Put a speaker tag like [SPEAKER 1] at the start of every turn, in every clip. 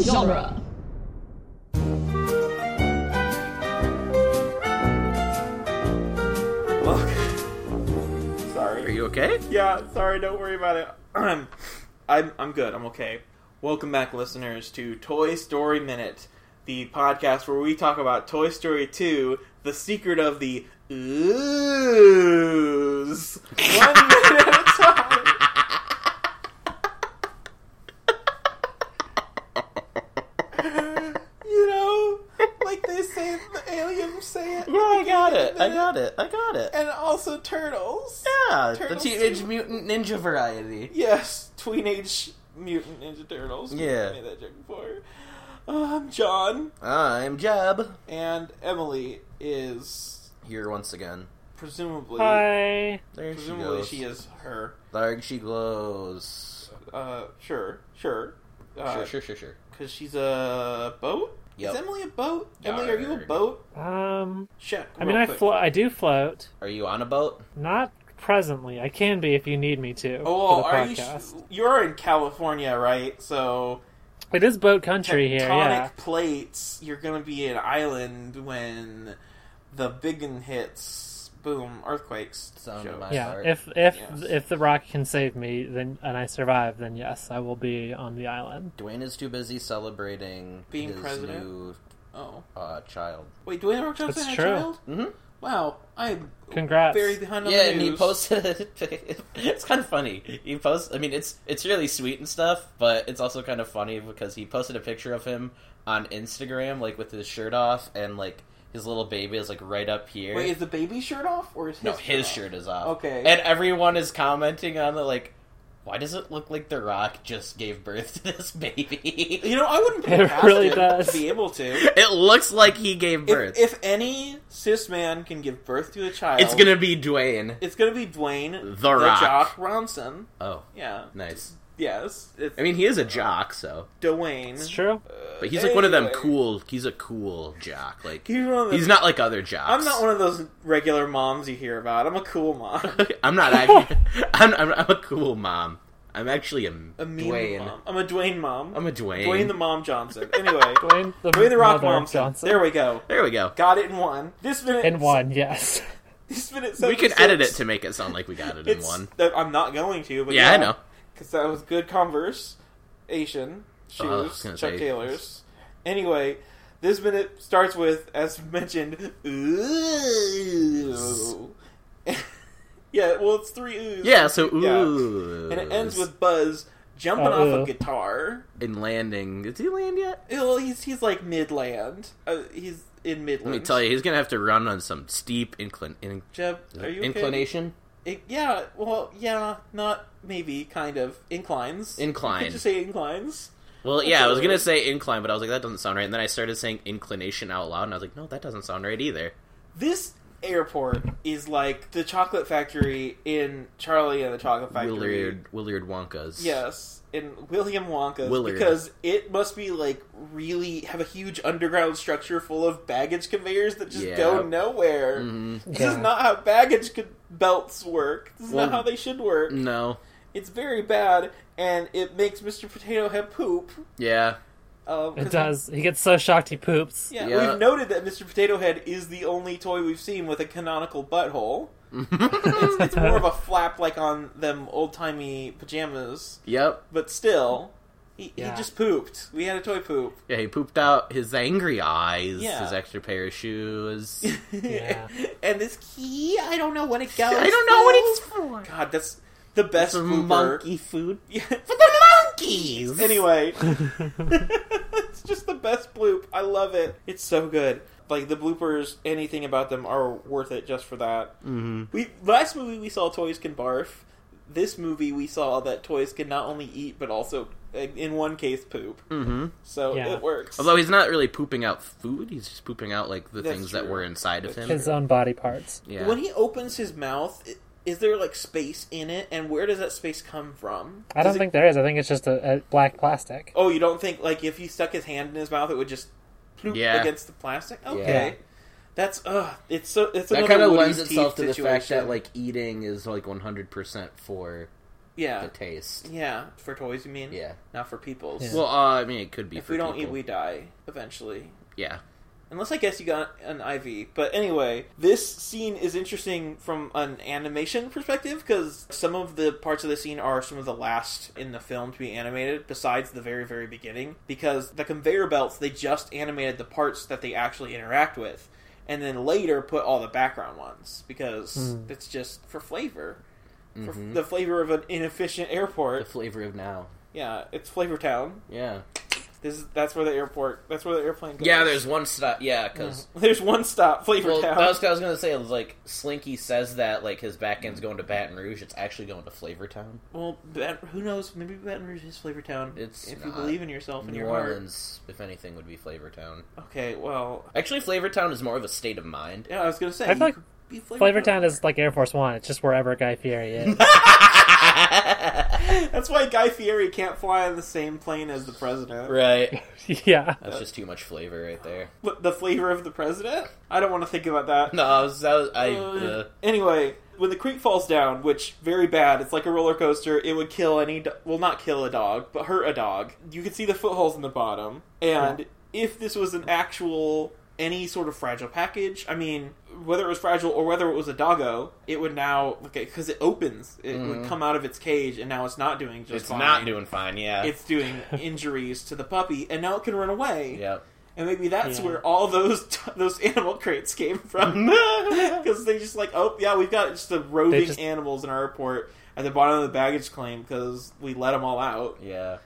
[SPEAKER 1] genre.
[SPEAKER 2] Are
[SPEAKER 3] Sorry.
[SPEAKER 2] you okay?
[SPEAKER 3] Yeah, sorry, don't worry about it. I'm I'm good. I'm okay. Welcome back listeners to Toy Story Minute, the podcast where we talk about Toy Story 2, The Secret of the Ooze. One minute at a time. you know, like they say the aliens say it.
[SPEAKER 2] Yeah, I got it. I got it. I got it.
[SPEAKER 3] And also turtles.
[SPEAKER 2] Yeah, the
[SPEAKER 3] Turtles
[SPEAKER 2] Teenage
[SPEAKER 3] too.
[SPEAKER 2] Mutant Ninja variety.
[SPEAKER 3] Yes, Teenage Mutant Ninja Turtles. We
[SPEAKER 2] Yeah.
[SPEAKER 3] made that joke before. Um, John
[SPEAKER 2] I'm Jeb.
[SPEAKER 3] and Emily is
[SPEAKER 2] Here once again.
[SPEAKER 3] presumably
[SPEAKER 4] Hi.
[SPEAKER 2] There she
[SPEAKER 3] presumably
[SPEAKER 2] goes.
[SPEAKER 3] she is her.
[SPEAKER 2] There she glows.
[SPEAKER 3] Uh, sure, sure.
[SPEAKER 2] sure,
[SPEAKER 3] Uh,
[SPEAKER 2] sure, sure, sure.
[SPEAKER 3] Because she's a boat.
[SPEAKER 2] Yep.
[SPEAKER 3] Is Emily a boat? Emily, are you a
[SPEAKER 2] Yarg.
[SPEAKER 3] boat?
[SPEAKER 4] Um,
[SPEAKER 3] Check.
[SPEAKER 4] I mean,
[SPEAKER 3] real
[SPEAKER 4] I
[SPEAKER 3] quick.
[SPEAKER 4] flo- I do float.
[SPEAKER 2] Are you on a boat?
[SPEAKER 4] Not presently. I can be if you need me to.
[SPEAKER 3] Oh,
[SPEAKER 4] for the
[SPEAKER 3] are you?
[SPEAKER 4] podcast.
[SPEAKER 3] Sh- you're in California, right? So
[SPEAKER 4] It is boat country here.
[SPEAKER 3] tectonic
[SPEAKER 4] Yeah.
[SPEAKER 3] plates, you're gonna be an island when the big one hits. Boom, earthquakes.
[SPEAKER 2] Sound
[SPEAKER 3] show.
[SPEAKER 2] my-
[SPEAKER 4] Yeah.
[SPEAKER 2] Sorry.
[SPEAKER 4] If if
[SPEAKER 3] Yes.
[SPEAKER 4] if the rock can save me, then and I survive, then yes, I will be on the
[SPEAKER 3] Mm-hmm.
[SPEAKER 4] island.
[SPEAKER 2] Dwayne is too busy celebrating
[SPEAKER 3] Being
[SPEAKER 2] his
[SPEAKER 3] president?
[SPEAKER 2] new
[SPEAKER 3] Oh,
[SPEAKER 2] uh, child.
[SPEAKER 3] wait, Dwayne Rock Johnson
[SPEAKER 4] That's
[SPEAKER 3] had a
[SPEAKER 4] true.
[SPEAKER 3] child?
[SPEAKER 2] Mhm.
[SPEAKER 3] Wow, I'm
[SPEAKER 4] Congrats.
[SPEAKER 3] very behind on
[SPEAKER 2] Yeah,
[SPEAKER 3] the
[SPEAKER 2] and he
[SPEAKER 3] news.
[SPEAKER 2] posted. it's kind of funny. He posts. I mean, it's it's really sweet and stuff, but it's also kind of funny because he posted a picture of him on Instagram, like with his shirt off, and like his little baby is like right up here.
[SPEAKER 3] Wait, is the baby shirt off or is his
[SPEAKER 2] no, his
[SPEAKER 3] off?
[SPEAKER 2] shirt is off.
[SPEAKER 3] Okay.
[SPEAKER 2] and everyone is commenting on the like. Why does it look like The Rock just gave birth to this baby?
[SPEAKER 3] You know, I wouldn't pay
[SPEAKER 4] It
[SPEAKER 3] past
[SPEAKER 4] really
[SPEAKER 3] him
[SPEAKER 4] does.
[SPEAKER 3] to be able to.
[SPEAKER 2] it looks like he gave birth.
[SPEAKER 3] If, if any cis man can give birth to a child,
[SPEAKER 2] it's gonna be Dwayne.
[SPEAKER 3] it's gonna be Dwayne
[SPEAKER 2] The Rock.
[SPEAKER 3] Jock Ronson.
[SPEAKER 2] Oh,
[SPEAKER 3] Yeah.
[SPEAKER 2] nice.
[SPEAKER 3] Yes, it's
[SPEAKER 2] I mean, he is a jock, so.
[SPEAKER 3] Dwayne.
[SPEAKER 4] It's true.
[SPEAKER 2] But he's like one of them
[SPEAKER 3] Anyway.
[SPEAKER 2] cool. He's a cool jock. Like
[SPEAKER 3] He's one of them-
[SPEAKER 2] he's not like other jocks.
[SPEAKER 3] I'm not one of those regular moms you hear about. I'm a cool mom.
[SPEAKER 2] I'm not. actually- I'm, I'm, I'm a cool mom. I'm actually a,
[SPEAKER 3] A mean
[SPEAKER 2] Dwayne.
[SPEAKER 3] mom. I'm a Dwayne mom.
[SPEAKER 2] I'm a Dwayne.
[SPEAKER 3] Dwayne the mom Johnson. Anyway,
[SPEAKER 4] Dwayne the,
[SPEAKER 3] Dwayne the Rock
[SPEAKER 4] Mother
[SPEAKER 3] mom
[SPEAKER 4] Johnson.
[SPEAKER 3] There we go.
[SPEAKER 2] there we go.
[SPEAKER 3] Got it in one. This minute
[SPEAKER 4] and one, yes.
[SPEAKER 3] This minute.
[SPEAKER 2] We can
[SPEAKER 3] 76.
[SPEAKER 2] edit it to make it sound like we got it in
[SPEAKER 3] It's-
[SPEAKER 2] one.
[SPEAKER 3] that- I'm not going to. But
[SPEAKER 2] Yeah, I know.
[SPEAKER 3] Because that was good Converse, Asian
[SPEAKER 2] Oh, I was
[SPEAKER 3] shoes,
[SPEAKER 2] gonna
[SPEAKER 3] Chuck
[SPEAKER 2] say-
[SPEAKER 3] Taylors. Anyway, this minute starts with, as mentioned, ooh. yeah. Well, it's three oohs.
[SPEAKER 2] Yeah. So
[SPEAKER 3] Yeah.
[SPEAKER 2] ooh.
[SPEAKER 3] and it ends with Buzz jumping
[SPEAKER 4] Uh,
[SPEAKER 3] off a
[SPEAKER 4] uh.
[SPEAKER 3] guitar.
[SPEAKER 2] in landing. Did he land yet?
[SPEAKER 3] Well, he's he's like midland. Uh, he's in midland.
[SPEAKER 2] Let me tell you, he's gonna have to run on some steep inclin- in-
[SPEAKER 3] Jeb, are you okay?
[SPEAKER 2] inclination
[SPEAKER 3] It- yeah, well, yeah, not maybe, kind of inclines.
[SPEAKER 2] incline.
[SPEAKER 3] Did you say inclines?
[SPEAKER 2] Well, yeah, I was gonna
[SPEAKER 3] That's
[SPEAKER 2] say incline, but I was like, that doesn't sound right. And then I started saying inclination out loud, and I was like, no, that doesn't sound right either.
[SPEAKER 3] This airport is like the chocolate factory in Charlie and the Chocolate Factory.
[SPEAKER 2] Willard, Willard Wonka's.
[SPEAKER 3] Yes, in William Wonka's
[SPEAKER 2] Willard.
[SPEAKER 3] because it must be like really have a huge underground structure full of baggage conveyors that just
[SPEAKER 2] Yeah.
[SPEAKER 3] go nowhere.
[SPEAKER 2] Mhm.
[SPEAKER 3] This
[SPEAKER 4] Yeah.
[SPEAKER 3] is not how baggage co- belts work. This is
[SPEAKER 2] Well, mm.
[SPEAKER 3] not how they should work.
[SPEAKER 2] No.
[SPEAKER 3] It's very bad, and it makes Mr. Potato Head poop.
[SPEAKER 2] Yeah.
[SPEAKER 3] Um, 'cause
[SPEAKER 4] It does. He gets so shocked he poops.
[SPEAKER 3] Yeah,
[SPEAKER 2] Yeah.
[SPEAKER 3] we've noted that Mr. Potato Head is the only toy we've seen with a canonical butthole. It's, it's more of a flap like on them old timey pajamas,
[SPEAKER 2] yep.
[SPEAKER 3] but still, he,
[SPEAKER 4] Yeah.
[SPEAKER 3] he just pooped. We had a toy poop.
[SPEAKER 2] Yeah, he pooped out his angry eyes,
[SPEAKER 3] Yeah.
[SPEAKER 2] his extra pair of shoes.
[SPEAKER 4] Yeah.
[SPEAKER 3] and this key, I don't know what it goes.
[SPEAKER 2] I don't know what
[SPEAKER 3] though.
[SPEAKER 2] it's for.
[SPEAKER 3] God, that's the best
[SPEAKER 2] Some
[SPEAKER 3] pooper.
[SPEAKER 2] monkey food.
[SPEAKER 3] Yeah.
[SPEAKER 2] For the monkeys!
[SPEAKER 3] anyway, it's just the best bloop. I love it. It's so good. Like the bloopers, anything about them are worth it just for that.
[SPEAKER 2] hmm
[SPEAKER 3] We last movie we saw toys can barf. This movie we saw that toys can not only eat but also, in one case, poop.
[SPEAKER 2] hmm
[SPEAKER 3] So
[SPEAKER 4] Yeah.
[SPEAKER 3] it works.
[SPEAKER 2] Although he's not really pooping out food, he's just pooping out, like, the
[SPEAKER 3] That's
[SPEAKER 2] things that
[SPEAKER 3] true.
[SPEAKER 2] were inside of
[SPEAKER 3] That's
[SPEAKER 2] him.
[SPEAKER 4] His own body parts.
[SPEAKER 2] Yeah.
[SPEAKER 3] when he opens his mouth, i- is there like space in it, and where does that space come from?
[SPEAKER 4] I don't
[SPEAKER 3] Does it-
[SPEAKER 4] think there is. I think it's just a, a black plastic.
[SPEAKER 3] Oh, you don't think like if you stuck his hand in his mouth, it would just ploop
[SPEAKER 2] Yeah.
[SPEAKER 3] against the plastic? Okay, that's uh, it's so it's
[SPEAKER 2] that
[SPEAKER 3] kind of
[SPEAKER 2] lends itself to the fact that, like, eating is, like, 100% for
[SPEAKER 3] yeah,
[SPEAKER 2] the taste.
[SPEAKER 3] yeah. For toys, you mean?
[SPEAKER 2] Yeah.
[SPEAKER 3] Not for people's.
[SPEAKER 4] Yeah.
[SPEAKER 2] Well, uh, I mean, it could be
[SPEAKER 3] if
[SPEAKER 2] for
[SPEAKER 3] we don't eat,
[SPEAKER 2] people.
[SPEAKER 3] we die eventually.
[SPEAKER 2] Yeah.
[SPEAKER 3] Unless I guess you got an IV. But anyway, this scene is interesting from an animation perspective because some of the parts of the scene are some of the last in the film to be animated, besides the very, very beginning. Because the conveyor belts, they just animated the parts that they actually interact with, and then later put all the background ones because
[SPEAKER 4] Hmm.
[SPEAKER 3] it's just for flavor. For
[SPEAKER 2] Mhm.
[SPEAKER 3] the flavor of an inefficient
[SPEAKER 2] The
[SPEAKER 3] airport.
[SPEAKER 2] flavor of now.
[SPEAKER 3] Yeah, it's Flavor Town.
[SPEAKER 2] Yeah.
[SPEAKER 3] This is, that's where the airport. That's where the airplane goes.
[SPEAKER 2] Yeah, there's one stop. Yeah, because
[SPEAKER 3] There's one stop, Flavor
[SPEAKER 2] well,
[SPEAKER 3] Town.
[SPEAKER 2] that was what I was gonna say. It was like Slinky says that like his back end's going to Baton Rouge. It's actually going to Flavor Town.
[SPEAKER 3] Well, Bat- who knows? Maybe Baton Rouge is Flavor Town.
[SPEAKER 2] It's
[SPEAKER 3] if you
[SPEAKER 2] not.
[SPEAKER 3] believe in yourself and
[SPEAKER 2] New
[SPEAKER 3] your
[SPEAKER 2] Orleans, if anything, would be Flavor Town.
[SPEAKER 3] heart. Okay, well,
[SPEAKER 2] Actually, Flavor Town is more of a state of mind.
[SPEAKER 3] yeah, I was gonna say.
[SPEAKER 4] I
[SPEAKER 3] you
[SPEAKER 4] feel like
[SPEAKER 3] could be
[SPEAKER 4] Flavor Town is like Air Force One. It's just wherever Guy Fieri is.
[SPEAKER 3] That's why Guy Fieri can't fly on the same plane as the president.
[SPEAKER 2] right.
[SPEAKER 4] yeah.
[SPEAKER 2] That's just too much flavor right there.
[SPEAKER 3] What, The flavor of the president? I don't want to think about that.
[SPEAKER 2] No, I was, I, was, I
[SPEAKER 3] Uh,
[SPEAKER 2] uh,
[SPEAKER 3] anyway, when the creek falls down, which very bad, it's like a roller coaster. It would kill any, do- well, not kill a dog, but hurt a dog. You could see the footholds in the bottom, and if this was an actual any sort of fragile package, I mean, whether it was fragile or whether it was a doggo, it would now okay because it opens, it would
[SPEAKER 2] Mhm.
[SPEAKER 3] come out of its cage, and now it's not doing just
[SPEAKER 2] it's
[SPEAKER 3] fine.
[SPEAKER 2] not doing fine. Yeah.
[SPEAKER 3] It's doing injuries to the puppy, and now it can run away.
[SPEAKER 2] yeah.
[SPEAKER 3] And maybe that's
[SPEAKER 4] Yeah.
[SPEAKER 3] where all those those animal crates came from, because they just like, oh yeah, we've got just the roving
[SPEAKER 4] They just-
[SPEAKER 3] animals in our airport at the bottom of the baggage claim because we let them all out.
[SPEAKER 2] Yeah.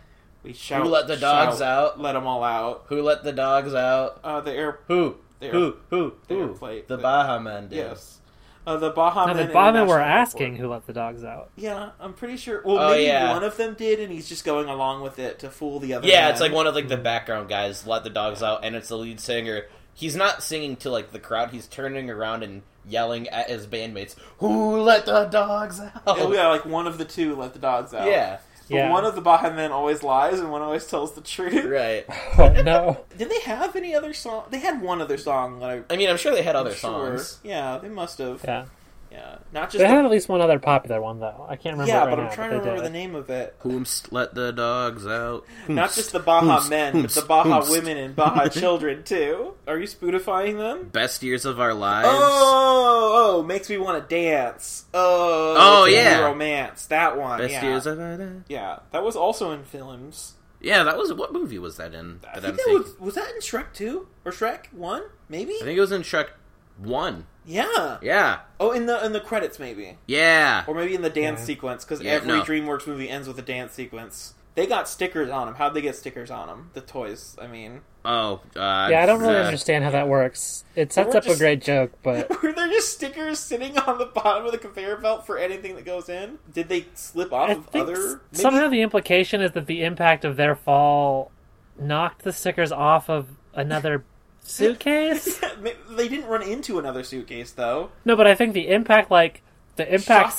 [SPEAKER 3] We shout,
[SPEAKER 2] Who let the dogs
[SPEAKER 3] shout,
[SPEAKER 2] out?
[SPEAKER 3] Let them all out.
[SPEAKER 2] Who let the dogs out?
[SPEAKER 3] Uh, the air,
[SPEAKER 2] Who?
[SPEAKER 3] They
[SPEAKER 2] who? Who?
[SPEAKER 3] they were
[SPEAKER 2] Who?
[SPEAKER 3] plate-
[SPEAKER 2] the
[SPEAKER 3] they-
[SPEAKER 2] Baja Man did.
[SPEAKER 3] yes, uh, the Bahaman.
[SPEAKER 4] Now the
[SPEAKER 3] International
[SPEAKER 4] Bahman were
[SPEAKER 3] Airport.
[SPEAKER 4] asking who let the dogs out.
[SPEAKER 3] Yeah, I'm pretty sure. Well,
[SPEAKER 2] Oh,
[SPEAKER 3] maybe
[SPEAKER 2] yeah.
[SPEAKER 3] one of them did, and he's just going along with it to fool the other.
[SPEAKER 2] Yeah, it's
[SPEAKER 3] man.
[SPEAKER 2] like one of like the background guys let the dogs out, and it's the lead singer. He's not singing to like the crowd. He's turning around and yelling at his bandmates, "Who let the dogs out?"
[SPEAKER 3] Oh, yeah, like one of the two let the dogs out.
[SPEAKER 2] Yeah,
[SPEAKER 3] but
[SPEAKER 4] Yeah.
[SPEAKER 3] one of the Bahaman always lies, and one always tells the truth.
[SPEAKER 2] right.
[SPEAKER 4] Oh, no.
[SPEAKER 3] Did they have any other song? They had one other song that I
[SPEAKER 2] I mean, I'm sure they had other
[SPEAKER 3] I'm sure-
[SPEAKER 2] songs.
[SPEAKER 3] Yeah, they must have. Yeah,
[SPEAKER 4] Yeah.
[SPEAKER 3] not just.
[SPEAKER 4] They had
[SPEAKER 3] the-
[SPEAKER 4] at least one other popular one, though. I can't remember.
[SPEAKER 3] yeah,
[SPEAKER 4] it right
[SPEAKER 3] but I'm
[SPEAKER 4] now,
[SPEAKER 3] trying to
[SPEAKER 4] they
[SPEAKER 3] remember
[SPEAKER 4] did.
[SPEAKER 3] the name of it.
[SPEAKER 2] Whomst let the dogs out.
[SPEAKER 3] Not just the Baja men, but the Baja women and Baja
[SPEAKER 2] Whomst.
[SPEAKER 3] children too. Are you spootifying them?
[SPEAKER 2] Best years of our lives.
[SPEAKER 3] Oh, oh, makes me want to dance. Oh,
[SPEAKER 2] Oh,
[SPEAKER 3] it's a
[SPEAKER 2] yeah.
[SPEAKER 3] romance that one.
[SPEAKER 2] Best
[SPEAKER 3] yeah,
[SPEAKER 2] years of our lives.
[SPEAKER 3] yeah, that was also in films.
[SPEAKER 2] Yeah, that was what movie was that in?
[SPEAKER 3] I
[SPEAKER 2] that
[SPEAKER 3] think that
[SPEAKER 2] I'm thinking-
[SPEAKER 3] was, was that in Shrek two or Shrek one, maybe.
[SPEAKER 2] I think it was in Shrek One.
[SPEAKER 3] Yeah.
[SPEAKER 2] Yeah,
[SPEAKER 3] Oh, in the in the credits, maybe.
[SPEAKER 2] yeah.
[SPEAKER 3] Or maybe in the dance
[SPEAKER 4] Yeah.
[SPEAKER 3] sequence, because
[SPEAKER 2] Yeah,
[SPEAKER 3] every
[SPEAKER 2] no.
[SPEAKER 3] DreamWorks movie ends with a dance sequence. They got stickers on them. How'd they get stickers on them? The toys, I mean.
[SPEAKER 2] Oh, uh,
[SPEAKER 4] Yeah, I don't really
[SPEAKER 2] uh,
[SPEAKER 4] understand how that works. It sets
[SPEAKER 3] we're
[SPEAKER 4] up
[SPEAKER 3] just-
[SPEAKER 4] a great joke, but
[SPEAKER 3] Were there just stickers sitting on the bottom of the conveyor belt for anything that goes in? Did they slip off
[SPEAKER 4] I
[SPEAKER 3] of
[SPEAKER 4] think
[SPEAKER 3] other.
[SPEAKER 4] s-
[SPEAKER 3] maybe-
[SPEAKER 4] somehow the implication is that the impact of their fall knocked the stickers off of another suitcase.
[SPEAKER 3] Maybe they didn't run into another suitcase, though.
[SPEAKER 4] No, but I think the impact, like the impact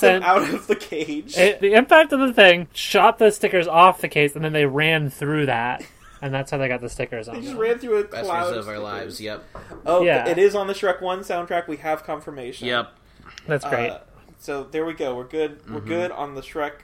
[SPEAKER 3] Shot them
[SPEAKER 4] sent
[SPEAKER 3] out of the cage.
[SPEAKER 4] it, the impact of the thing shot the stickers off the case, and then they ran through that, and that's how they got the stickers
[SPEAKER 3] they
[SPEAKER 4] on.
[SPEAKER 3] just
[SPEAKER 4] them.
[SPEAKER 3] ran through a
[SPEAKER 2] Best
[SPEAKER 3] cloud.
[SPEAKER 2] years of our
[SPEAKER 3] stickers.
[SPEAKER 2] lives. Yep,
[SPEAKER 3] Oh,
[SPEAKER 4] Yeah.
[SPEAKER 3] it is on the Shrek 1 soundtrack. We have confirmation.
[SPEAKER 2] yep. Mm-hmm.
[SPEAKER 4] That's great.
[SPEAKER 3] Uh, so there we go. We're good. We're good on the Shrek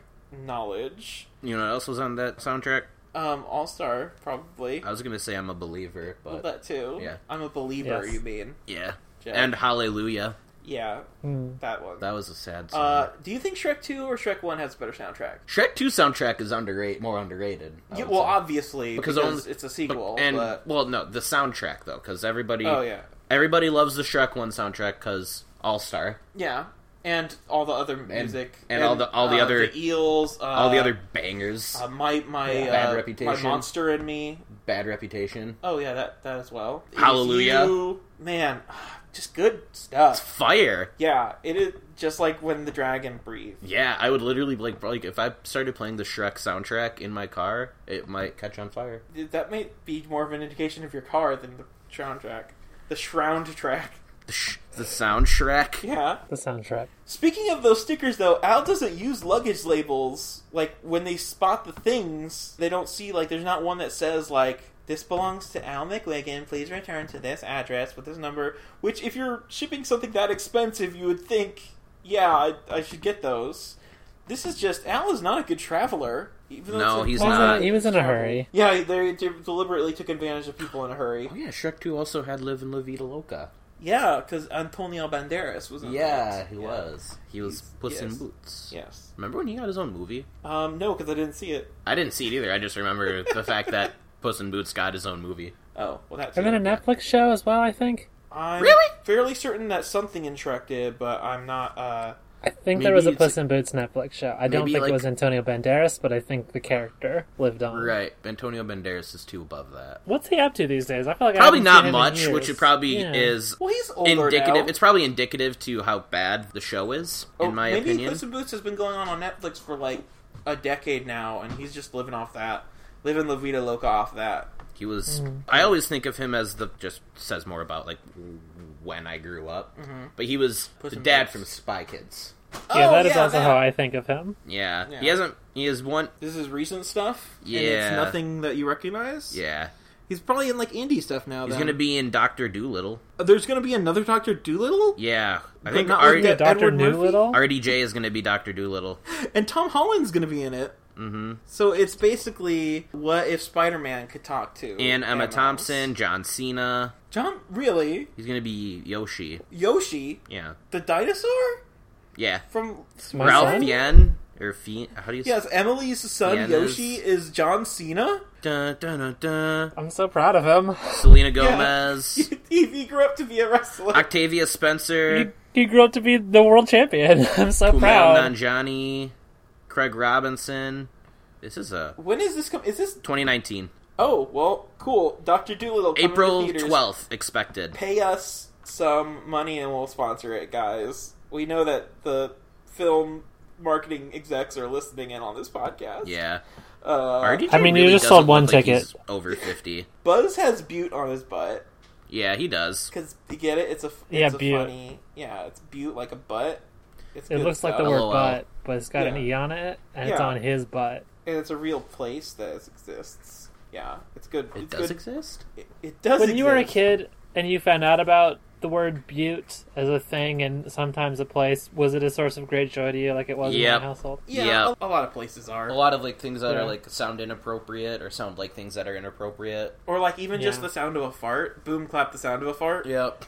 [SPEAKER 3] knowledge.
[SPEAKER 2] You know what else was on that soundtrack?
[SPEAKER 3] Um, All Star probably.
[SPEAKER 2] I was gonna say I'm a believer,
[SPEAKER 3] Well,
[SPEAKER 2] but
[SPEAKER 3] that too.
[SPEAKER 2] Uh, yeah.
[SPEAKER 3] I'm a believer.
[SPEAKER 4] Yes.
[SPEAKER 3] You mean?
[SPEAKER 2] yeah.
[SPEAKER 3] Jack.
[SPEAKER 2] And Hallelujah.
[SPEAKER 3] yeah,
[SPEAKER 4] Hmm.
[SPEAKER 3] that one.
[SPEAKER 2] That was a sad song.
[SPEAKER 3] uh, do you think Shrek Two or Shrek One has a better soundtrack?
[SPEAKER 2] Shrek Two soundtrack is underrated, more underrated. I
[SPEAKER 3] Yeah,
[SPEAKER 2] would
[SPEAKER 3] well,
[SPEAKER 2] say.
[SPEAKER 3] obviously because,
[SPEAKER 2] Because only-
[SPEAKER 3] it's a
[SPEAKER 2] But-
[SPEAKER 3] sequel.
[SPEAKER 2] and
[SPEAKER 3] but-
[SPEAKER 2] well, no, the soundtrack though, because everybody,
[SPEAKER 3] oh yeah,
[SPEAKER 2] everybody loves the Shrek One soundtrack because All Star,
[SPEAKER 3] yeah, and all the other music
[SPEAKER 2] and all the- all the
[SPEAKER 3] uh,
[SPEAKER 2] other-
[SPEAKER 3] the eels, uh,
[SPEAKER 2] all the other bangers,
[SPEAKER 3] uh, my my
[SPEAKER 4] Yeah.
[SPEAKER 3] uh,
[SPEAKER 2] Bad
[SPEAKER 3] my
[SPEAKER 2] Reputation.
[SPEAKER 3] monster and me.
[SPEAKER 2] Bad Reputation,
[SPEAKER 3] Oh yeah, that that as well. It is
[SPEAKER 2] Hallelujah.
[SPEAKER 3] you. man, just good stuff.
[SPEAKER 2] Fire.
[SPEAKER 3] Yeah, it is just like when the dragon breathed.
[SPEAKER 2] Yeah, I would literally like like if I started playing the Shrek soundtrack in my car, it might catch on fire.
[SPEAKER 3] That may be more of an indication of your car than the soundtrack. The shroud track.
[SPEAKER 2] The, sh- the sound Shrek.
[SPEAKER 3] Yeah.
[SPEAKER 4] The soundtrack.
[SPEAKER 3] Speaking of those stickers, though, Al doesn't use luggage labels. Like, when they spot the things, they don't see, like, there's not one that says, like, this belongs to Al McWiggin. Please return to this address with this number. Which, if you're shipping something that expensive, you would think, yeah, I, I should get those. This is just Al is not a good traveler. Even though
[SPEAKER 2] No,
[SPEAKER 3] it's a-
[SPEAKER 2] he's
[SPEAKER 4] Well,
[SPEAKER 2] not.
[SPEAKER 4] he was in a hurry.
[SPEAKER 3] Yeah, they de- deliberately took advantage of people in a hurry.
[SPEAKER 2] Oh yeah, Shrek Two also had Live and La Vida Loca.
[SPEAKER 3] Yeah, because Antonio Banderas was. In
[SPEAKER 2] Oh, Yeah,
[SPEAKER 3] that.
[SPEAKER 2] he was. He was
[SPEAKER 3] He's-
[SPEAKER 2] Puss in
[SPEAKER 3] yes.
[SPEAKER 2] Boots.
[SPEAKER 3] Yes.
[SPEAKER 2] Remember when he got his own movie?
[SPEAKER 3] Um, no, because I didn't see it.
[SPEAKER 2] I didn't see it either. I just remember the fact that Puss in Boots got his own movie.
[SPEAKER 3] Oh, well, that's.
[SPEAKER 4] And then a Netflix show as well, I think.
[SPEAKER 3] I'm
[SPEAKER 2] Really?
[SPEAKER 3] fairly certain that something in Shrek did, but I'm not. Uh,
[SPEAKER 4] I think there was a
[SPEAKER 2] Maybe it's-
[SPEAKER 4] Puss in Boots Netflix show. I don't
[SPEAKER 2] Maybe,
[SPEAKER 4] think
[SPEAKER 2] like-
[SPEAKER 4] it was Antonio Banderas, but I think the character lived on.
[SPEAKER 2] Right. Antonio Banderas is too above that.
[SPEAKER 4] What's he up to these days? I feel like I
[SPEAKER 2] Probably
[SPEAKER 4] haven't seen him
[SPEAKER 2] not
[SPEAKER 4] in
[SPEAKER 2] much,
[SPEAKER 4] years.
[SPEAKER 2] which it probably
[SPEAKER 4] Yeah.
[SPEAKER 2] is
[SPEAKER 3] well, he's older
[SPEAKER 2] indicative.
[SPEAKER 3] now.
[SPEAKER 2] It's probably indicative to how bad the show is,
[SPEAKER 3] Oh,
[SPEAKER 2] in my
[SPEAKER 3] maybe
[SPEAKER 2] opinion.
[SPEAKER 3] Puss in Boots has been going on on Netflix for like a decade now, and he's just living off that, living La Vida Loca off that.
[SPEAKER 2] He was.
[SPEAKER 4] Hmm.
[SPEAKER 2] I always think of him as the just says more about like when I grew up, but he was
[SPEAKER 3] Puss
[SPEAKER 2] the
[SPEAKER 3] in
[SPEAKER 2] dad
[SPEAKER 3] Boots.
[SPEAKER 2] from Spy Kids.
[SPEAKER 4] Yeah,
[SPEAKER 3] Oh,
[SPEAKER 4] that is also
[SPEAKER 3] that-
[SPEAKER 4] how I think of him.
[SPEAKER 2] Yeah. he
[SPEAKER 3] Yeah.
[SPEAKER 2] hasn't. He has one.
[SPEAKER 3] This is recent stuff. and it's
[SPEAKER 2] Yeah.
[SPEAKER 3] nothing that you recognize.
[SPEAKER 2] Yeah,
[SPEAKER 3] he's probably in like indie stuff now.
[SPEAKER 2] he's
[SPEAKER 3] then.
[SPEAKER 2] gonna be in Doctor Doolittle.
[SPEAKER 3] There's gonna be another Doctor Doolittle,
[SPEAKER 2] Yeah, I
[SPEAKER 3] But
[SPEAKER 2] think
[SPEAKER 3] not
[SPEAKER 2] R-
[SPEAKER 3] like
[SPEAKER 4] Yeah,
[SPEAKER 3] that-
[SPEAKER 4] Doctor
[SPEAKER 3] Edward Murphy?
[SPEAKER 4] Newlittle.
[SPEAKER 2] RDJ is gonna be Doctor Doolittle.
[SPEAKER 3] and Tom Holland's gonna be in it.
[SPEAKER 2] hmm
[SPEAKER 3] So it's basically what if Spider-Man could talk to?
[SPEAKER 2] And Emma
[SPEAKER 3] animals?
[SPEAKER 2] Thompson, John Cena.
[SPEAKER 3] John, really?
[SPEAKER 2] He's gonna be Yoshi.
[SPEAKER 3] Yoshi,
[SPEAKER 2] Yeah,
[SPEAKER 3] the dinosaur
[SPEAKER 2] yeah.
[SPEAKER 3] from
[SPEAKER 4] My
[SPEAKER 2] Ralph
[SPEAKER 4] son?
[SPEAKER 2] Yen or Fien. How do you?
[SPEAKER 3] Yes, Emily's son
[SPEAKER 2] Yeah, there's-
[SPEAKER 3] Yoshi is John Cena.
[SPEAKER 2] Dun, dun, dun, dun.
[SPEAKER 4] I'm so proud of him.
[SPEAKER 2] Selena Gomez.
[SPEAKER 3] he, he grew up to be a wrestler.
[SPEAKER 2] Octavia Spencer.
[SPEAKER 4] He, he grew up to be the world champion. I'm so
[SPEAKER 2] Kumail
[SPEAKER 4] proud.
[SPEAKER 2] Nanjiani, Craig Robinson. This is a
[SPEAKER 3] when is this come? Is this?
[SPEAKER 2] 2019
[SPEAKER 3] Oh well, cool. Doctor Doolittle. coming to
[SPEAKER 2] April
[SPEAKER 3] theaters.
[SPEAKER 2] 12th expected.
[SPEAKER 3] Pay us some money and we'll sponsor it, guys. We know that the film marketing execs are listening in on this podcast.
[SPEAKER 2] Yeah,
[SPEAKER 3] Uh,
[SPEAKER 2] RDJ
[SPEAKER 4] I mean, you
[SPEAKER 2] really
[SPEAKER 4] just sold
[SPEAKER 2] doesn't
[SPEAKER 4] one
[SPEAKER 2] look like
[SPEAKER 4] ticket.
[SPEAKER 2] he's over 50.
[SPEAKER 3] Buzz has Butte on his butt
[SPEAKER 2] Yeah, he does.
[SPEAKER 3] because you get it. It's a it's
[SPEAKER 4] Yeah,
[SPEAKER 3] a
[SPEAKER 4] Butte.
[SPEAKER 3] funny. Yeah, it's Butte like a butt. It's
[SPEAKER 4] It
[SPEAKER 3] good
[SPEAKER 4] looks like the
[SPEAKER 3] stuff.
[SPEAKER 4] word
[SPEAKER 2] LOL.
[SPEAKER 4] butt, but it's got an
[SPEAKER 3] Yeah.
[SPEAKER 4] E on it, and it's
[SPEAKER 3] Yeah.
[SPEAKER 4] on his butt.
[SPEAKER 3] and it's a real place that exists. Yeah, it's good.
[SPEAKER 2] It
[SPEAKER 3] it's
[SPEAKER 2] does
[SPEAKER 3] good.
[SPEAKER 2] exist.
[SPEAKER 3] It, it does.
[SPEAKER 4] When you were a
[SPEAKER 3] exist.
[SPEAKER 4] kid and you found out about the word butte as a thing and sometimes a place, was it a source of great joy to you like it was in
[SPEAKER 2] Yep.
[SPEAKER 4] my household?
[SPEAKER 3] yeah,
[SPEAKER 2] Yeah.
[SPEAKER 3] A, a lot of places are.
[SPEAKER 2] A lot of like things that
[SPEAKER 4] Yeah.
[SPEAKER 2] are like sound inappropriate or sound like things that are inappropriate.
[SPEAKER 3] Or like even just
[SPEAKER 4] Yeah.
[SPEAKER 3] the sound of a fart. Boom clap the sound of a fart.
[SPEAKER 2] Yep.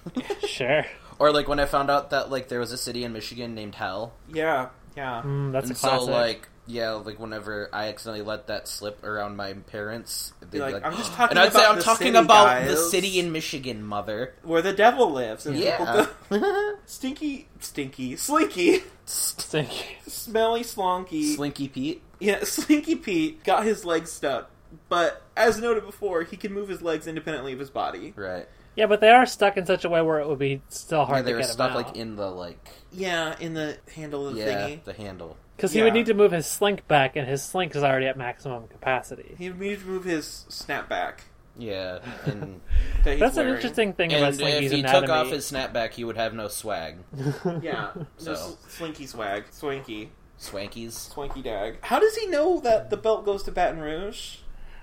[SPEAKER 4] Sure.
[SPEAKER 2] or like when I found out that like there was a city in Michigan named Hell.
[SPEAKER 3] Yeah. Yeah.
[SPEAKER 4] Mm, that's a
[SPEAKER 2] and
[SPEAKER 4] classic.
[SPEAKER 2] so like yeah, like whenever I accidentally let that slip around my parents, they'd
[SPEAKER 3] You're
[SPEAKER 2] be
[SPEAKER 3] like,
[SPEAKER 2] like,
[SPEAKER 3] "I'm just talking
[SPEAKER 2] and I'd say
[SPEAKER 3] about
[SPEAKER 2] I'm
[SPEAKER 3] the
[SPEAKER 2] talking
[SPEAKER 3] city,
[SPEAKER 2] about the
[SPEAKER 3] guys."
[SPEAKER 2] city in Michigan, mother.
[SPEAKER 3] Where the devil lives. And
[SPEAKER 2] Yeah.
[SPEAKER 3] people go- stinky, stinky, slinky,
[SPEAKER 4] Stinky.
[SPEAKER 3] smelly, slonky.
[SPEAKER 2] Slinky Pete.
[SPEAKER 3] yeah, Slinky Pete got his legs stuck, but as noted before, he can move his legs independently of his body.
[SPEAKER 2] Right.
[SPEAKER 4] Yeah, but they are stuck in such a way where it would be still
[SPEAKER 2] Yeah,
[SPEAKER 4] hard
[SPEAKER 2] they
[SPEAKER 4] to
[SPEAKER 2] were
[SPEAKER 4] get
[SPEAKER 2] stuck
[SPEAKER 4] him out.
[SPEAKER 2] like in the like
[SPEAKER 3] Yeah, in the handle of the
[SPEAKER 2] yeah
[SPEAKER 3] thingy.
[SPEAKER 2] the handle.
[SPEAKER 4] Because he would
[SPEAKER 3] yeah.
[SPEAKER 4] need to move his slink back, and his slink is already at maximum capacity.
[SPEAKER 3] He needed to move his snapback.
[SPEAKER 2] Yeah, and,
[SPEAKER 3] That he's
[SPEAKER 4] That's an
[SPEAKER 3] wearing.
[SPEAKER 4] interesting thing about
[SPEAKER 2] and
[SPEAKER 4] Slinky's
[SPEAKER 2] if he
[SPEAKER 4] anatomy.
[SPEAKER 2] took off his snapback, he would have no swag.
[SPEAKER 3] Yeah.
[SPEAKER 2] So.
[SPEAKER 3] Just slinky swag. Swanky.
[SPEAKER 2] Swankies.
[SPEAKER 3] Swanky dag. How does he know that the belt goes to Baton Rouge?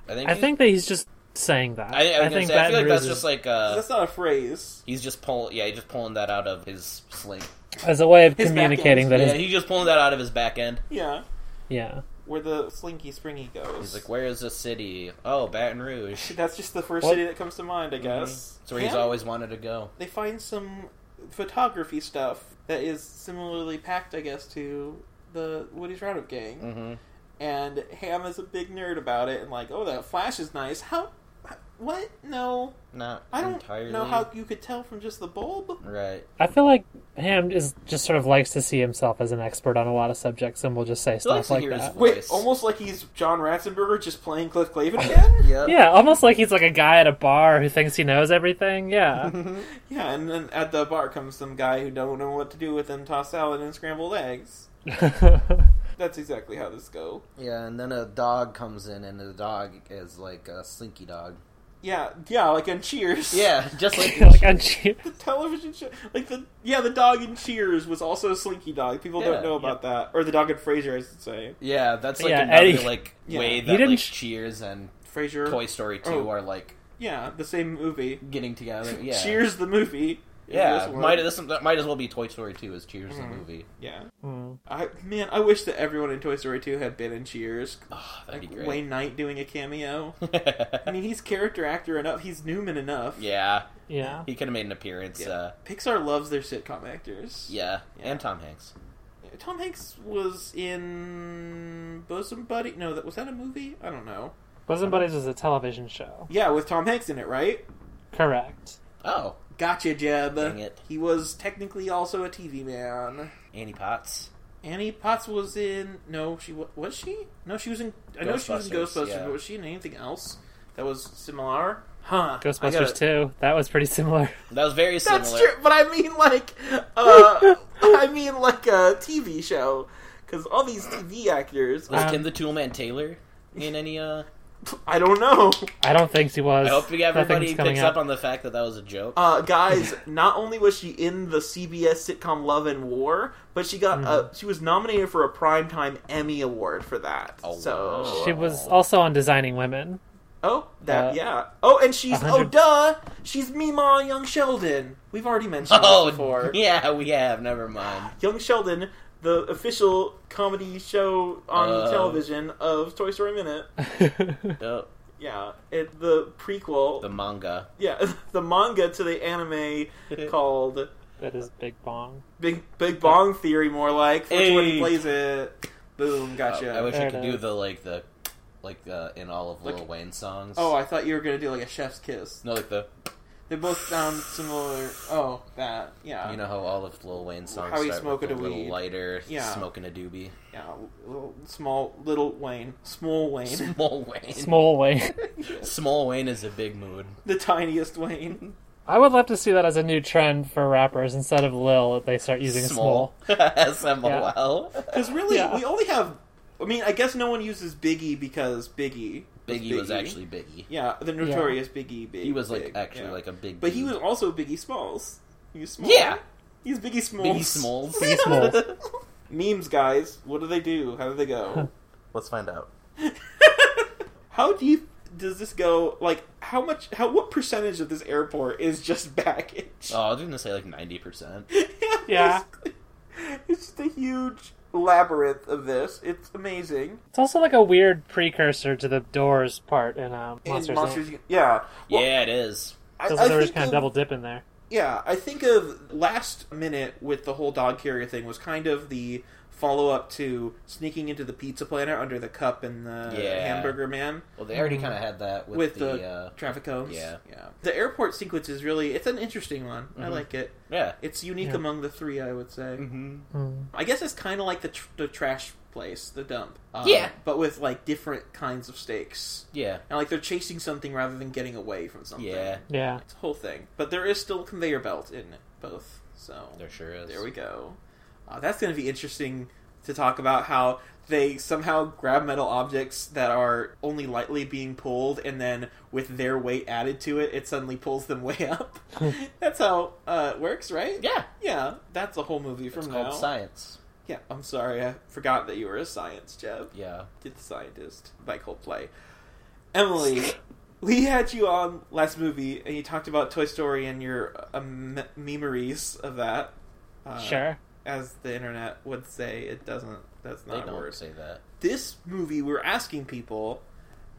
[SPEAKER 2] I think.
[SPEAKER 4] I
[SPEAKER 2] he-
[SPEAKER 4] think that he's just saying that.
[SPEAKER 2] I, I, was gonna
[SPEAKER 4] think
[SPEAKER 2] say, I feel like
[SPEAKER 4] Baton
[SPEAKER 2] that's
[SPEAKER 4] Rouge
[SPEAKER 2] just
[SPEAKER 4] is
[SPEAKER 2] like uh,
[SPEAKER 3] That's not a phrase.
[SPEAKER 2] he's just pulling. Yeah, he's just pulling that out of his sling.
[SPEAKER 4] as a way of
[SPEAKER 3] his back end.
[SPEAKER 4] communicating that
[SPEAKER 2] yeah,
[SPEAKER 4] his
[SPEAKER 2] he's just pulling that out of his back end.
[SPEAKER 3] Yeah.
[SPEAKER 4] yeah.
[SPEAKER 3] Where the slinky springy goes.
[SPEAKER 2] He's like, "Where is the city? Oh, Baton Rouge."
[SPEAKER 3] That's just the first
[SPEAKER 4] What?
[SPEAKER 3] city that comes to mind, I guess.
[SPEAKER 2] It's where Mm-hmm. he's
[SPEAKER 3] Yeah.
[SPEAKER 2] always wanted to go.
[SPEAKER 3] They find some photography stuff that is similarly packed, I guess, to the Woody's Roundup gang.
[SPEAKER 2] hmm
[SPEAKER 3] And Ham is a big nerd about it and like, oh, that flash is nice. How? What? No,
[SPEAKER 2] Not
[SPEAKER 3] I don't
[SPEAKER 2] entirely
[SPEAKER 3] know how you could tell from just the bulb.
[SPEAKER 2] right.
[SPEAKER 4] I feel like Ham is just sort of likes to see himself as an expert on a lot of subjects, and will just say
[SPEAKER 2] likes
[SPEAKER 4] stuff
[SPEAKER 2] to
[SPEAKER 4] like
[SPEAKER 2] hear his
[SPEAKER 4] that.
[SPEAKER 2] voice.
[SPEAKER 3] Wait, almost like he's John Ratzenberger just playing Cliff Clavin again?
[SPEAKER 2] Yep.
[SPEAKER 4] Yeah, almost like he's like a guy at a bar who thinks he knows everything. Yeah,
[SPEAKER 3] yeah, and then at the bar comes some guy who don't know what to do with him, tossed salad and scrambled eggs. That's exactly how this go.
[SPEAKER 2] Yeah, and then a dog comes in, and the dog is like a slinky dog.
[SPEAKER 3] Yeah, yeah, like on Cheers.
[SPEAKER 2] Yeah, just like
[SPEAKER 4] like on che-
[SPEAKER 3] The television show, like the yeah, the dog in Cheers was also a Slinky Dog. People
[SPEAKER 2] Yeah,
[SPEAKER 3] don't know about that, or the dog in Frasier, I should say.
[SPEAKER 2] yeah, that's like
[SPEAKER 4] Yeah,
[SPEAKER 2] another
[SPEAKER 4] Eddie-
[SPEAKER 2] like
[SPEAKER 3] Yeah.
[SPEAKER 2] way
[SPEAKER 3] He
[SPEAKER 2] that
[SPEAKER 4] didn't
[SPEAKER 2] like
[SPEAKER 4] sh-
[SPEAKER 2] Cheers and
[SPEAKER 3] Frasier,
[SPEAKER 2] Toy Story Two
[SPEAKER 3] Oh.
[SPEAKER 2] are like
[SPEAKER 3] yeah, the same movie.
[SPEAKER 2] getting together. Yeah,
[SPEAKER 3] Cheers the movie
[SPEAKER 2] Yeah,
[SPEAKER 3] this
[SPEAKER 2] might
[SPEAKER 3] one. Mm-hmm.
[SPEAKER 2] this that might as well be Toy Story Two as Cheers the movie.
[SPEAKER 3] Yeah.
[SPEAKER 4] Mm.
[SPEAKER 3] I man, I wish that everyone in Toy Story 2 had been in Cheers.
[SPEAKER 2] Ah, that'd
[SPEAKER 3] Like
[SPEAKER 2] be great.
[SPEAKER 3] Wayne Knight doing a cameo. I mean, he's character actor enough. He's Newman enough.
[SPEAKER 2] yeah,
[SPEAKER 4] Yeah.
[SPEAKER 2] he could have made an appearance.
[SPEAKER 3] Yeah.
[SPEAKER 2] Uh,
[SPEAKER 3] Pixar loves their sitcom actors.
[SPEAKER 2] yeah,
[SPEAKER 3] Yeah.
[SPEAKER 2] and Tom Hanks.
[SPEAKER 3] Tom Hanks was in Bosom Buddy. No, that was that a movie? I don't know.
[SPEAKER 4] Bosom Buddies was a television show.
[SPEAKER 3] Yeah, with Tom Hanks in it, right?
[SPEAKER 4] Correct.
[SPEAKER 2] Oh,
[SPEAKER 3] Gotcha, Jeb.
[SPEAKER 2] Dang it.
[SPEAKER 3] He was technically also a TV man.
[SPEAKER 2] Annie Potts.
[SPEAKER 3] Annie Potts was in. No, she wa- was she. No, she was in. I know she was in
[SPEAKER 2] Ghostbusters,
[SPEAKER 3] Ghostbusters,
[SPEAKER 2] yeah.
[SPEAKER 3] but was she in anything else that was similar? Huh. I
[SPEAKER 4] Ghostbusters
[SPEAKER 3] gotta-
[SPEAKER 4] 2. That was pretty similar.
[SPEAKER 2] That was very similar.
[SPEAKER 3] That's true, but I mean like, uh, I mean like a TV show, because all these TV actors.
[SPEAKER 2] Was
[SPEAKER 4] Um,
[SPEAKER 2] Tim the Toolman Taylor in any? Uh,
[SPEAKER 3] I don't know.
[SPEAKER 4] I don't think she was.
[SPEAKER 2] I hope everybody
[SPEAKER 4] Nothing's coming
[SPEAKER 2] picks up on the fact that that was a joke.
[SPEAKER 3] Uh, guys, not only was she in the CBS sitcom Love and War, but she got
[SPEAKER 4] Mm-hmm.
[SPEAKER 3] uh, she was nominated for a primetime Emmy award for that.
[SPEAKER 2] Oh,
[SPEAKER 3] so
[SPEAKER 2] wow.
[SPEAKER 4] She was also on Designing Women.
[SPEAKER 3] oh that
[SPEAKER 4] Uh,
[SPEAKER 3] yeah oh and she's
[SPEAKER 4] a
[SPEAKER 3] oh
[SPEAKER 4] hundred-
[SPEAKER 3] duh she's Mima Young Sheldon. We've already mentioned
[SPEAKER 2] oh,
[SPEAKER 3] that before.
[SPEAKER 2] yeah, we have. Never mind.
[SPEAKER 3] Young Sheldon, the official comedy show on
[SPEAKER 2] Uh.
[SPEAKER 3] television of Toy Story Minute.
[SPEAKER 2] Oh,
[SPEAKER 3] Yeah, it the prequel.
[SPEAKER 2] the manga.
[SPEAKER 3] yeah, the manga to the anime called
[SPEAKER 4] that is Big Bong.
[SPEAKER 3] Big Big Bong Theory, more like. Which one he
[SPEAKER 2] Hey.
[SPEAKER 3] plays it? Boom, gotcha.
[SPEAKER 2] I, I wish
[SPEAKER 4] There
[SPEAKER 2] I
[SPEAKER 4] it
[SPEAKER 2] could do
[SPEAKER 4] is.
[SPEAKER 2] the like the like uh, in all of
[SPEAKER 3] Like-
[SPEAKER 2] Lil Wayne songs.
[SPEAKER 3] oh, I thought you were gonna do like a chef's kiss.
[SPEAKER 2] no, like the
[SPEAKER 3] They both sound similar. Oh, that yeah,
[SPEAKER 2] you know how all of Lil Wayne songs
[SPEAKER 3] How he
[SPEAKER 2] start
[SPEAKER 3] smoking
[SPEAKER 2] with
[SPEAKER 3] a
[SPEAKER 2] a, little
[SPEAKER 3] weed.
[SPEAKER 2] lighter,
[SPEAKER 3] Yeah.
[SPEAKER 2] smoking a doobie,
[SPEAKER 3] yeah. Little, small little Wayne, small Wayne,
[SPEAKER 2] small Wayne,
[SPEAKER 4] Small way.
[SPEAKER 2] small Wayne is a big mood.
[SPEAKER 3] the tiniest Wayne.
[SPEAKER 4] I would love to see that as a new trend for rappers. Instead of Lil, they start using small.
[SPEAKER 2] S M O L.
[SPEAKER 3] Because really,
[SPEAKER 4] Yeah.
[SPEAKER 3] we only have. I mean, I guess no one uses Biggie because Biggie.
[SPEAKER 2] Biggie was actually Biggie.
[SPEAKER 3] Yeah, the notorious Biggie. Big,
[SPEAKER 2] He was like
[SPEAKER 3] Big,
[SPEAKER 2] actually
[SPEAKER 3] yeah.
[SPEAKER 2] like a big.
[SPEAKER 3] But he was
[SPEAKER 2] dude.
[SPEAKER 3] also Biggie Smalls. He's small.
[SPEAKER 2] Yeah.
[SPEAKER 3] he's Biggie Smalls.
[SPEAKER 2] Biggie Smalls.
[SPEAKER 4] Biggie Smalls.
[SPEAKER 3] Memes, guys. What do they do? How do they go?
[SPEAKER 2] Let's find out.
[SPEAKER 3] how deep does this go? Like, how much? How what percentage of this airport is just baggage?
[SPEAKER 2] Oh, I was gonna say like ninety percent.
[SPEAKER 4] Yeah.
[SPEAKER 3] it's- it's just a huge labyrinth of this. It's amazing.
[SPEAKER 4] It's also like a weird precursor to the Doors part in um,
[SPEAKER 3] And Monsters,
[SPEAKER 4] Monsters. Monsters
[SPEAKER 3] yeah, Well,
[SPEAKER 2] yeah, it is.
[SPEAKER 3] I,
[SPEAKER 4] Because
[SPEAKER 3] I
[SPEAKER 4] they were just
[SPEAKER 3] think
[SPEAKER 4] kind of
[SPEAKER 3] of-
[SPEAKER 4] double dipping there.
[SPEAKER 3] Yeah, I think of last minute with the whole dog carrier thing was kind of the follow up to sneaking into the pizza planner under the cup and the
[SPEAKER 2] Yeah.
[SPEAKER 3] hamburger man
[SPEAKER 2] Well, they
[SPEAKER 4] Mm.
[SPEAKER 2] already kind of had that with,
[SPEAKER 3] with,
[SPEAKER 2] the,
[SPEAKER 3] the,
[SPEAKER 2] uh,
[SPEAKER 3] traffic cones.
[SPEAKER 2] yeah.
[SPEAKER 3] yeah. The airport sequence is really it's an interesting one. I
[SPEAKER 2] Mhm.
[SPEAKER 3] like it.
[SPEAKER 2] yeah.
[SPEAKER 3] It's unique
[SPEAKER 4] Yeah.
[SPEAKER 3] among the three, I would say.
[SPEAKER 2] Mm-hmm.
[SPEAKER 4] Hmm.
[SPEAKER 3] I guess it's kind of like the tr- the trash place, the dump. Um,
[SPEAKER 2] Yeah.
[SPEAKER 3] but with like different kinds of stakes.
[SPEAKER 2] Yeah.
[SPEAKER 3] And like they're chasing something rather than getting away from something.
[SPEAKER 2] Yeah.
[SPEAKER 4] Yeah.
[SPEAKER 3] It's a whole thing. But there is still a conveyor belt in both. So
[SPEAKER 2] There sure is.
[SPEAKER 3] there we go. Uh, that's going to be interesting to talk about how they somehow grab metal objects that are only lightly being pulled, and then with their weight added to it, it suddenly pulls them way up. that's how uh, it works, right?
[SPEAKER 2] Yeah.
[SPEAKER 3] Yeah, that's a whole movie from
[SPEAKER 2] It's
[SPEAKER 3] now.
[SPEAKER 2] called science.
[SPEAKER 3] yeah, I'm sorry, I forgot that you were a science, Jeb.
[SPEAKER 2] Yeah.
[SPEAKER 3] Did the scientist by Coldplay. Emily, we had you on last movie, and you talked about Toy Story and your um, memories of that. Uh,
[SPEAKER 4] sure.
[SPEAKER 3] as the internet would say, it doesn't. That's
[SPEAKER 2] They
[SPEAKER 3] not
[SPEAKER 2] don't
[SPEAKER 3] a word.
[SPEAKER 2] say that.
[SPEAKER 3] This movie, we're asking people,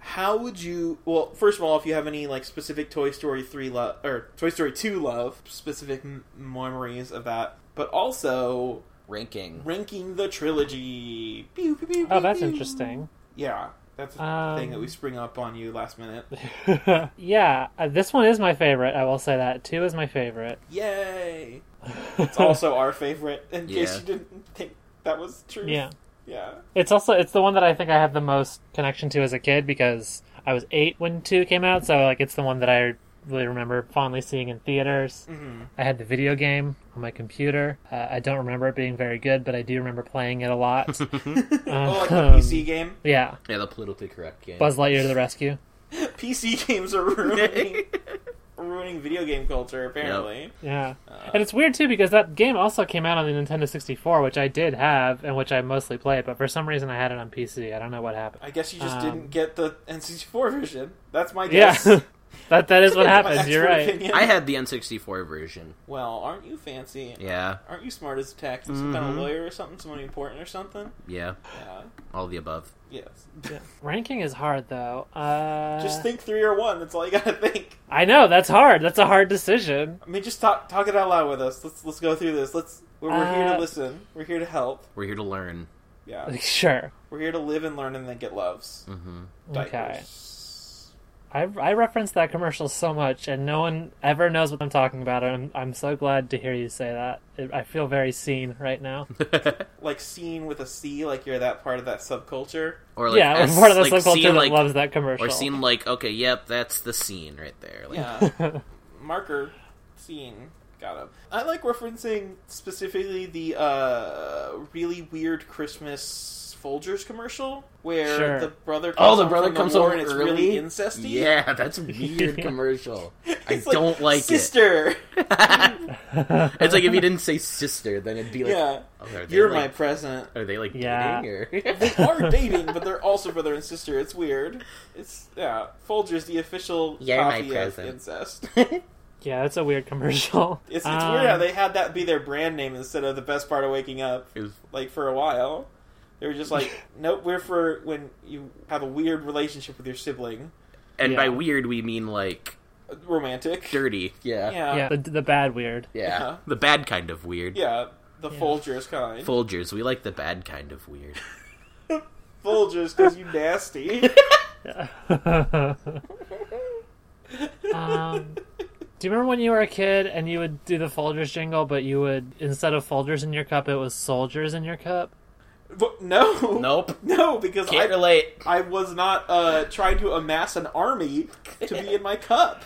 [SPEAKER 3] how would you? Well, first of all, if you have any like specific Toy Story three love or Toy Story two love, specific m- memories of that, but also
[SPEAKER 2] Ranking.
[SPEAKER 3] ranking the trilogy. Pew, pew, pew,
[SPEAKER 4] Oh,
[SPEAKER 3] pew,
[SPEAKER 4] that's
[SPEAKER 3] pew.
[SPEAKER 4] interesting.
[SPEAKER 3] Yeah, that's a
[SPEAKER 4] Um,
[SPEAKER 3] thing that we spring up on you last minute.
[SPEAKER 4] yeah, uh, this one is my favorite. I will say that. Two is my favorite.
[SPEAKER 3] Yay! It's also our favorite. In case
[SPEAKER 2] Yeah.
[SPEAKER 3] you didn't think that was true.
[SPEAKER 4] yeah.
[SPEAKER 3] Yeah.
[SPEAKER 4] It's also it's the one that I think I have the most connection to as a kid because I was eight when two came out, so like it's the one that I really remember fondly seeing in theaters.
[SPEAKER 3] hmm
[SPEAKER 4] I had the video game on my computer. Uh, I don't remember it being very good, but I do remember playing it a lot.
[SPEAKER 3] oh, like the
[SPEAKER 4] Um,
[SPEAKER 3] PC game.
[SPEAKER 4] yeah,
[SPEAKER 2] Yeah, the politically correct game.
[SPEAKER 4] Buzz Lightyear to the rescue.
[SPEAKER 3] PC games are ruining ruining video game culture. Apparently,
[SPEAKER 4] Yeah,
[SPEAKER 3] Uh,
[SPEAKER 4] and it's weird too because that game also came out on the Nintendo 64, which I did have and which I mostly played, but for some reason I had it on PC. I don't know what happened.
[SPEAKER 3] I guess you just
[SPEAKER 4] Um,
[SPEAKER 3] didn't get the N64 version. That's my
[SPEAKER 4] Yeah.
[SPEAKER 3] guess.
[SPEAKER 4] That that is what happens.
[SPEAKER 3] My
[SPEAKER 4] You're
[SPEAKER 3] expert
[SPEAKER 4] right.
[SPEAKER 3] opinion.
[SPEAKER 2] I had the N64 version.
[SPEAKER 3] Well, aren't you fancy?
[SPEAKER 2] Yeah,
[SPEAKER 3] Aren't you smart as a tax? Some kind of
[SPEAKER 2] Mhm.
[SPEAKER 3] lawyer or something? Someone important or something?
[SPEAKER 2] yeah,
[SPEAKER 3] Yeah.
[SPEAKER 2] all the above.
[SPEAKER 3] Yes.
[SPEAKER 4] Ranking is hard though. Uh,
[SPEAKER 3] just think three or one. That's all you gotta think.
[SPEAKER 4] I know that's hard. That's a hard decision.
[SPEAKER 3] I mean, just talk talk it out loud with us. Let's let's go through this. Let's we're, we're here to
[SPEAKER 4] Uh,
[SPEAKER 3] listen. We're here to help.
[SPEAKER 2] We're here to learn.
[SPEAKER 3] Yeah.
[SPEAKER 4] Sure.
[SPEAKER 3] We're here to live and learn and then get loves.
[SPEAKER 2] hmm
[SPEAKER 4] Okay.
[SPEAKER 3] Diapers.
[SPEAKER 4] I I referenced that commercial so much, and no one ever knows what I'm talking about. And I'm I'm so glad to hear you say that. It, I feel very seen right now.
[SPEAKER 3] Like seen with a C, like you're that part of that subculture.
[SPEAKER 2] or
[SPEAKER 4] yeah, I'm
[SPEAKER 2] S-
[SPEAKER 4] part of the subculture
[SPEAKER 2] scene,
[SPEAKER 4] that
[SPEAKER 2] like-
[SPEAKER 4] loves that commercial.
[SPEAKER 2] or seem like okay, yep, that's the scene right there. Like,
[SPEAKER 3] Yeah. Marker scene. Got him. I like referencing specifically the uh, really weird Christmas Folgers commercial where
[SPEAKER 4] Sure.
[SPEAKER 3] the brother
[SPEAKER 2] Oh, the
[SPEAKER 3] home
[SPEAKER 2] brother
[SPEAKER 3] from
[SPEAKER 2] comes
[SPEAKER 3] war
[SPEAKER 2] over
[SPEAKER 3] and it's
[SPEAKER 2] early.
[SPEAKER 3] really incesty.
[SPEAKER 2] Yeah, that's a weird commercial. I
[SPEAKER 3] It's
[SPEAKER 2] don't like
[SPEAKER 3] sister.
[SPEAKER 2] it. it's like if you didn't say sister, then it'd be like,
[SPEAKER 3] yeah,
[SPEAKER 2] oh, are they
[SPEAKER 3] you're my
[SPEAKER 2] like,
[SPEAKER 3] present.
[SPEAKER 2] are they like
[SPEAKER 4] Yeah.
[SPEAKER 2] dating or?
[SPEAKER 3] They are dating, but they're also brother and sister. It's weird. It's yeah. Folgers, the official
[SPEAKER 2] You're my
[SPEAKER 3] copy of
[SPEAKER 2] present.
[SPEAKER 3] incest.
[SPEAKER 4] yeah, that's a weird commercial.
[SPEAKER 3] It's, it's
[SPEAKER 4] Um,
[SPEAKER 3] weird how they had that be their brand name instead of the best part of waking up.
[SPEAKER 2] It was-
[SPEAKER 3] Like for a while, they were just like, "Nope, we're for when you have a weird relationship with your sibling,
[SPEAKER 2] and
[SPEAKER 4] Yeah.
[SPEAKER 2] by weird we mean like
[SPEAKER 3] romantic."
[SPEAKER 2] dirty. Yeah. yeah,
[SPEAKER 3] Yeah,
[SPEAKER 4] yeah,
[SPEAKER 3] yeah,
[SPEAKER 4] the, the bad weird.
[SPEAKER 3] Yeah.
[SPEAKER 2] the bad kind of weird.
[SPEAKER 3] the
[SPEAKER 4] Yeah.
[SPEAKER 3] Folgers kind.
[SPEAKER 2] Folgers, we like the bad kind of weird.
[SPEAKER 3] Folgers, because you nasty.
[SPEAKER 4] Um, do you remember when you were a kid and you would do the Folgers jingle, but you would instead of Folgers in your cup, it was soldiers in your cup?
[SPEAKER 3] But no,
[SPEAKER 2] Nope,
[SPEAKER 3] no, because
[SPEAKER 2] can't
[SPEAKER 3] I,
[SPEAKER 2] relate.
[SPEAKER 3] I was not uh, trying to amass an army to be in my cup.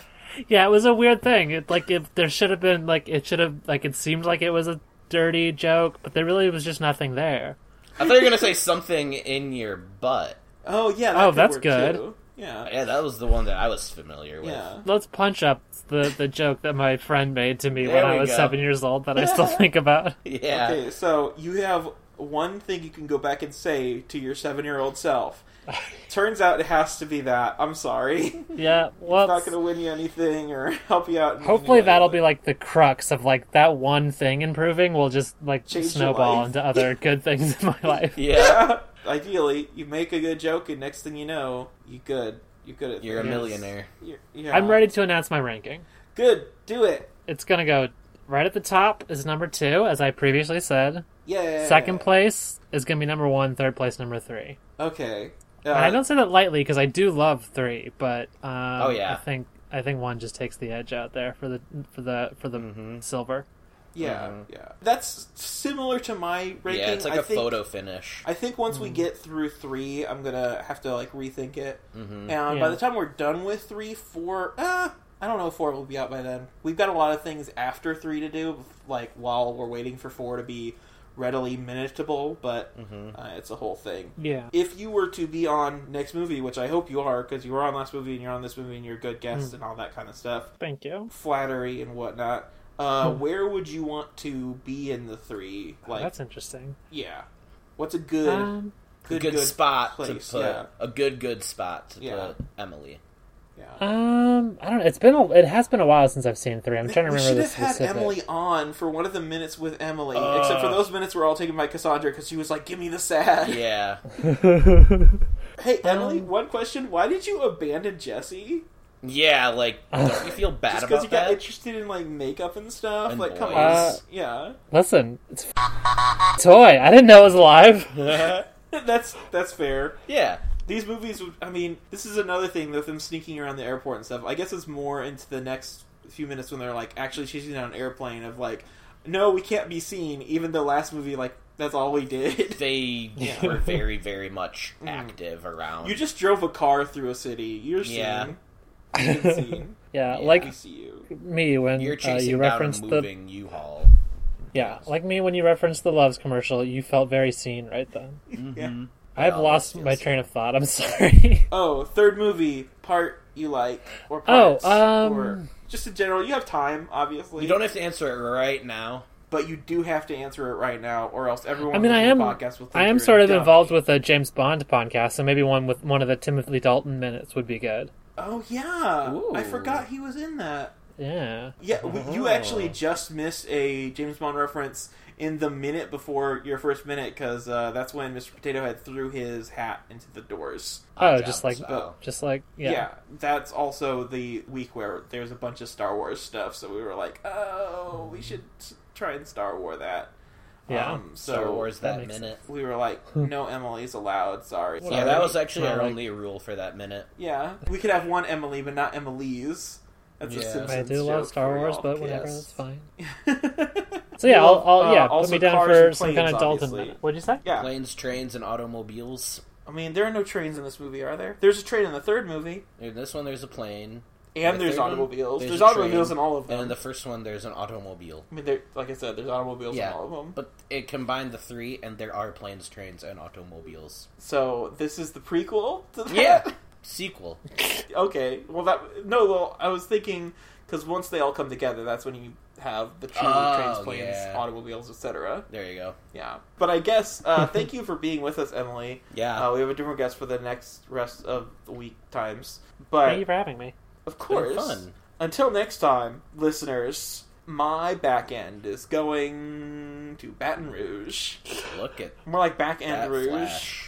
[SPEAKER 4] Yeah, it was a weird thing. It like if there should have been like it should have like it seemed like it was a dirty joke, but there really was just nothing there.
[SPEAKER 2] I thought you were gonna say something in your butt.
[SPEAKER 3] Oh yeah, that
[SPEAKER 4] Oh,
[SPEAKER 3] could
[SPEAKER 4] that's
[SPEAKER 3] work,
[SPEAKER 4] good.
[SPEAKER 3] too. Yeah,
[SPEAKER 2] Yeah, that was the one that I was familiar with.
[SPEAKER 3] yeah.
[SPEAKER 4] Let's punch up the the joke that my friend made to me
[SPEAKER 2] There
[SPEAKER 4] when I
[SPEAKER 2] we
[SPEAKER 4] was
[SPEAKER 2] go.
[SPEAKER 4] seven years old that I still think about.
[SPEAKER 2] Yeah.
[SPEAKER 3] Okay, so you have one thing you can go back and say to your seven year old self. Turns out it has to be that. I'm sorry.
[SPEAKER 4] Yeah, well,
[SPEAKER 3] Not going to win you anything or help you out. in any
[SPEAKER 4] hopefully
[SPEAKER 3] way.
[SPEAKER 4] that'll be like the crux of like that one thing improving will just like
[SPEAKER 3] Change your
[SPEAKER 4] snowball
[SPEAKER 3] life.
[SPEAKER 4] into other good things in my life.
[SPEAKER 2] Yeah.
[SPEAKER 3] Ideally, you make a good joke, and next thing you know, you good. You good at
[SPEAKER 2] You're a
[SPEAKER 3] things.
[SPEAKER 2] millionaire.
[SPEAKER 3] You're- yeah.
[SPEAKER 4] I'm ready to announce my ranking.
[SPEAKER 3] Good. Do it.
[SPEAKER 4] It's gonna go right at the top is number two, as I previously said.
[SPEAKER 3] Yeah.
[SPEAKER 4] Second place is gonna be number one. Third place, number three.
[SPEAKER 3] Okay. Uh,
[SPEAKER 4] And I don't say that lightly because I do love three, but um,
[SPEAKER 2] Oh, yeah.
[SPEAKER 4] I think I think one just takes the edge out there for the for the for the
[SPEAKER 2] Mhm.
[SPEAKER 4] silver.
[SPEAKER 3] Yeah.
[SPEAKER 4] Mm-hmm.
[SPEAKER 2] Mhm.
[SPEAKER 3] Yeah. That's similar to my ranking.
[SPEAKER 2] Yeah, it's like
[SPEAKER 3] a
[SPEAKER 2] a photo finish.
[SPEAKER 3] I think once we get through three, I'm gonna have to like rethink it. And
[SPEAKER 2] hmm
[SPEAKER 3] by
[SPEAKER 4] Yeah.
[SPEAKER 3] the time we're done with three, four, uh, I don't know if four will be out by then. We've got a lot of things after three to do, like while we're waiting for four to be readily minuteable, but
[SPEAKER 2] hmm
[SPEAKER 3] uh, it's a whole thing.
[SPEAKER 4] Yeah.
[SPEAKER 3] If you were to be on next movie, which I hope you are, because you were on last movie and you're on this movie and you're a good
[SPEAKER 4] Hmm.
[SPEAKER 3] guest and all that kind of stuff,
[SPEAKER 4] Thank you.
[SPEAKER 3] flattery and whatnot, uh,
[SPEAKER 4] Hmm.
[SPEAKER 3] where would you want to be in the three? Like,
[SPEAKER 4] That's interesting.
[SPEAKER 3] yeah. What's a good,
[SPEAKER 4] Um,
[SPEAKER 2] Good,
[SPEAKER 3] good,
[SPEAKER 2] good, spot
[SPEAKER 3] place,
[SPEAKER 2] to put
[SPEAKER 3] yeah.
[SPEAKER 2] a good good spot to
[SPEAKER 3] Yeah.
[SPEAKER 2] put Emily.
[SPEAKER 3] Yeah.
[SPEAKER 4] um, I don't know. It's been a, it has been a while since I've seen three. I'm trying to
[SPEAKER 3] we
[SPEAKER 4] remember
[SPEAKER 3] should have
[SPEAKER 4] the
[SPEAKER 3] had
[SPEAKER 4] specific.
[SPEAKER 3] Emily on for one of the minutes with Emily,
[SPEAKER 2] Uh.
[SPEAKER 3] except for those minutes were all taken by Cassandra because she was like, "Give me the sad."
[SPEAKER 2] Yeah,
[SPEAKER 3] Hey, Emily,
[SPEAKER 4] Um.
[SPEAKER 3] one question: Why did you abandon Jesse?
[SPEAKER 2] yeah. Like, don't you feel bad
[SPEAKER 3] Just because
[SPEAKER 2] about
[SPEAKER 3] you got
[SPEAKER 2] that?
[SPEAKER 3] interested in like makeup and stuff?
[SPEAKER 2] And
[SPEAKER 3] like, come on,
[SPEAKER 4] boys. Uh.
[SPEAKER 3] yeah.
[SPEAKER 4] Listen, it's f- toy. I didn't know it was alive.
[SPEAKER 3] that's that's fair.
[SPEAKER 2] yeah,
[SPEAKER 3] These movies, would- I mean, this is another thing with them sneaking around the airport and stuff. I guess it's more into the next few minutes when they're like actually chasing down an airplane of like, no, we can't be seen. Even the last movie, like that's all we did.
[SPEAKER 2] they
[SPEAKER 3] Yeah. Mm.
[SPEAKER 2] were very very much active around.
[SPEAKER 3] You just drove a car through a city. You're seen.
[SPEAKER 2] Yeah.
[SPEAKER 3] You've been seen.
[SPEAKER 4] Yeah,
[SPEAKER 2] Yeah.
[SPEAKER 4] like
[SPEAKER 3] We see you.
[SPEAKER 4] me when
[SPEAKER 2] You're
[SPEAKER 4] uh,
[SPEAKER 2] chasing
[SPEAKER 4] you
[SPEAKER 2] down a
[SPEAKER 4] referenced the
[SPEAKER 2] moving U-Haul.
[SPEAKER 4] yeah, like me when you referenced the loves commercial. You felt very seen right then.
[SPEAKER 3] Yeah.
[SPEAKER 4] I've
[SPEAKER 2] Mm-hmm. Yeah,
[SPEAKER 4] lost
[SPEAKER 2] yes,
[SPEAKER 4] my
[SPEAKER 2] yes.
[SPEAKER 4] train of thought. I'm sorry.
[SPEAKER 3] Oh, third movie part you like or
[SPEAKER 4] Oh,
[SPEAKER 3] parts
[SPEAKER 4] um,
[SPEAKER 3] or just in general. You have time, obviously.
[SPEAKER 2] You don't have to answer it right now.
[SPEAKER 3] but you do have to answer it right now, or else everyone.
[SPEAKER 4] I mean, I
[SPEAKER 3] listening to
[SPEAKER 4] am
[SPEAKER 3] the podcast will think
[SPEAKER 4] I am
[SPEAKER 3] you're
[SPEAKER 4] sort
[SPEAKER 3] a
[SPEAKER 4] of
[SPEAKER 3] dummy.
[SPEAKER 4] involved with a James Bond podcast, so maybe one with one of the Timothy Dalton minutes would be good.
[SPEAKER 3] Oh yeah,
[SPEAKER 2] Ooh.
[SPEAKER 3] I forgot he was in that.
[SPEAKER 4] Yeah.
[SPEAKER 3] Yeah, we, you
[SPEAKER 2] Oh.
[SPEAKER 3] actually just missed a James Bond reference in the minute before your first minute because uh, that's when Mr. Potato Head threw his hat into the doors.
[SPEAKER 4] Oh, just like,
[SPEAKER 2] style.
[SPEAKER 4] just like,
[SPEAKER 3] Yeah.
[SPEAKER 4] yeah.
[SPEAKER 3] that's also the week where there's a bunch of Star Wars stuff, so we were like, oh, we should s- try and Star War that.
[SPEAKER 4] Yeah. Hmm.
[SPEAKER 3] Um, so
[SPEAKER 2] Star Wars
[SPEAKER 4] that
[SPEAKER 2] that,
[SPEAKER 4] makes
[SPEAKER 2] minute.
[SPEAKER 3] we were like, no Emily's allowed. Sorry.
[SPEAKER 2] Yeah,
[SPEAKER 3] sorry.
[SPEAKER 2] that was actually our
[SPEAKER 4] Well, like-
[SPEAKER 2] only rule for that minute.
[SPEAKER 3] Yeah, we could have one Emily, but not Emily's. That's a
[SPEAKER 2] Yeah.
[SPEAKER 3] Simpsons
[SPEAKER 4] I do love
[SPEAKER 3] joke
[SPEAKER 4] Star
[SPEAKER 3] for
[SPEAKER 4] Wars,
[SPEAKER 3] y'all.
[SPEAKER 4] but whatever,
[SPEAKER 2] yes.
[SPEAKER 4] that's fine.
[SPEAKER 3] Yeah.
[SPEAKER 4] So yeah,
[SPEAKER 3] We
[SPEAKER 4] I'll,
[SPEAKER 3] love,
[SPEAKER 4] I'll
[SPEAKER 3] uh,
[SPEAKER 4] yeah, put
[SPEAKER 3] also
[SPEAKER 4] me down
[SPEAKER 3] cars
[SPEAKER 4] for
[SPEAKER 3] and
[SPEAKER 4] some kind of
[SPEAKER 3] planes,
[SPEAKER 4] Dalton
[SPEAKER 3] obviously.
[SPEAKER 4] minute. What'd you say?
[SPEAKER 3] Yeah,
[SPEAKER 2] Planes, trains, and automobiles.
[SPEAKER 3] I mean, there are no trains in this movie, are there? There's a train in the third movie,
[SPEAKER 2] In this one, there's a plane,
[SPEAKER 3] and
[SPEAKER 2] The
[SPEAKER 3] there's
[SPEAKER 2] third one?
[SPEAKER 3] automobiles. There's,
[SPEAKER 2] There's a
[SPEAKER 3] automobiles
[SPEAKER 2] train,
[SPEAKER 3] in all of
[SPEAKER 2] and
[SPEAKER 3] them.
[SPEAKER 2] in the first one, there's an automobile.
[SPEAKER 3] I mean, there, like I said, there's automobiles
[SPEAKER 2] Yeah.
[SPEAKER 3] in all of them.
[SPEAKER 2] But it combined the three, and there are planes, trains, and automobiles.
[SPEAKER 3] So this is the prequel to that.
[SPEAKER 2] Yeah, sequel.
[SPEAKER 3] okay. Well, that no. Well, I was thinking because once they all come together, that's when you have the true
[SPEAKER 2] Oh,
[SPEAKER 3] trains, planes,
[SPEAKER 2] yeah.
[SPEAKER 3] automobiles, etc.
[SPEAKER 2] There you go.
[SPEAKER 3] Yeah. But I guess uh, thank you for being with us, Emily.
[SPEAKER 2] Yeah,
[SPEAKER 3] Uh, we have a different guest for the next rest of the week times. But
[SPEAKER 4] Thank you for having me.
[SPEAKER 3] of
[SPEAKER 2] they're
[SPEAKER 3] course,
[SPEAKER 2] fun.
[SPEAKER 3] until next time, listeners, my back end is going to Baton Rouge.
[SPEAKER 2] Look at
[SPEAKER 3] More like back end
[SPEAKER 2] that
[SPEAKER 3] Rouge.
[SPEAKER 2] flash.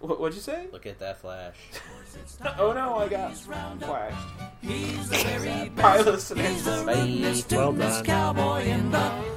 [SPEAKER 3] What, what'd you say?
[SPEAKER 2] Look at that flash.
[SPEAKER 3] Oh no, I got flashed.
[SPEAKER 1] He's the very
[SPEAKER 3] Bye,
[SPEAKER 1] best.
[SPEAKER 3] listeners.
[SPEAKER 1] He's the rudest,
[SPEAKER 2] Bye.
[SPEAKER 4] Well
[SPEAKER 1] stupidest
[SPEAKER 4] done.
[SPEAKER 1] cowboy in the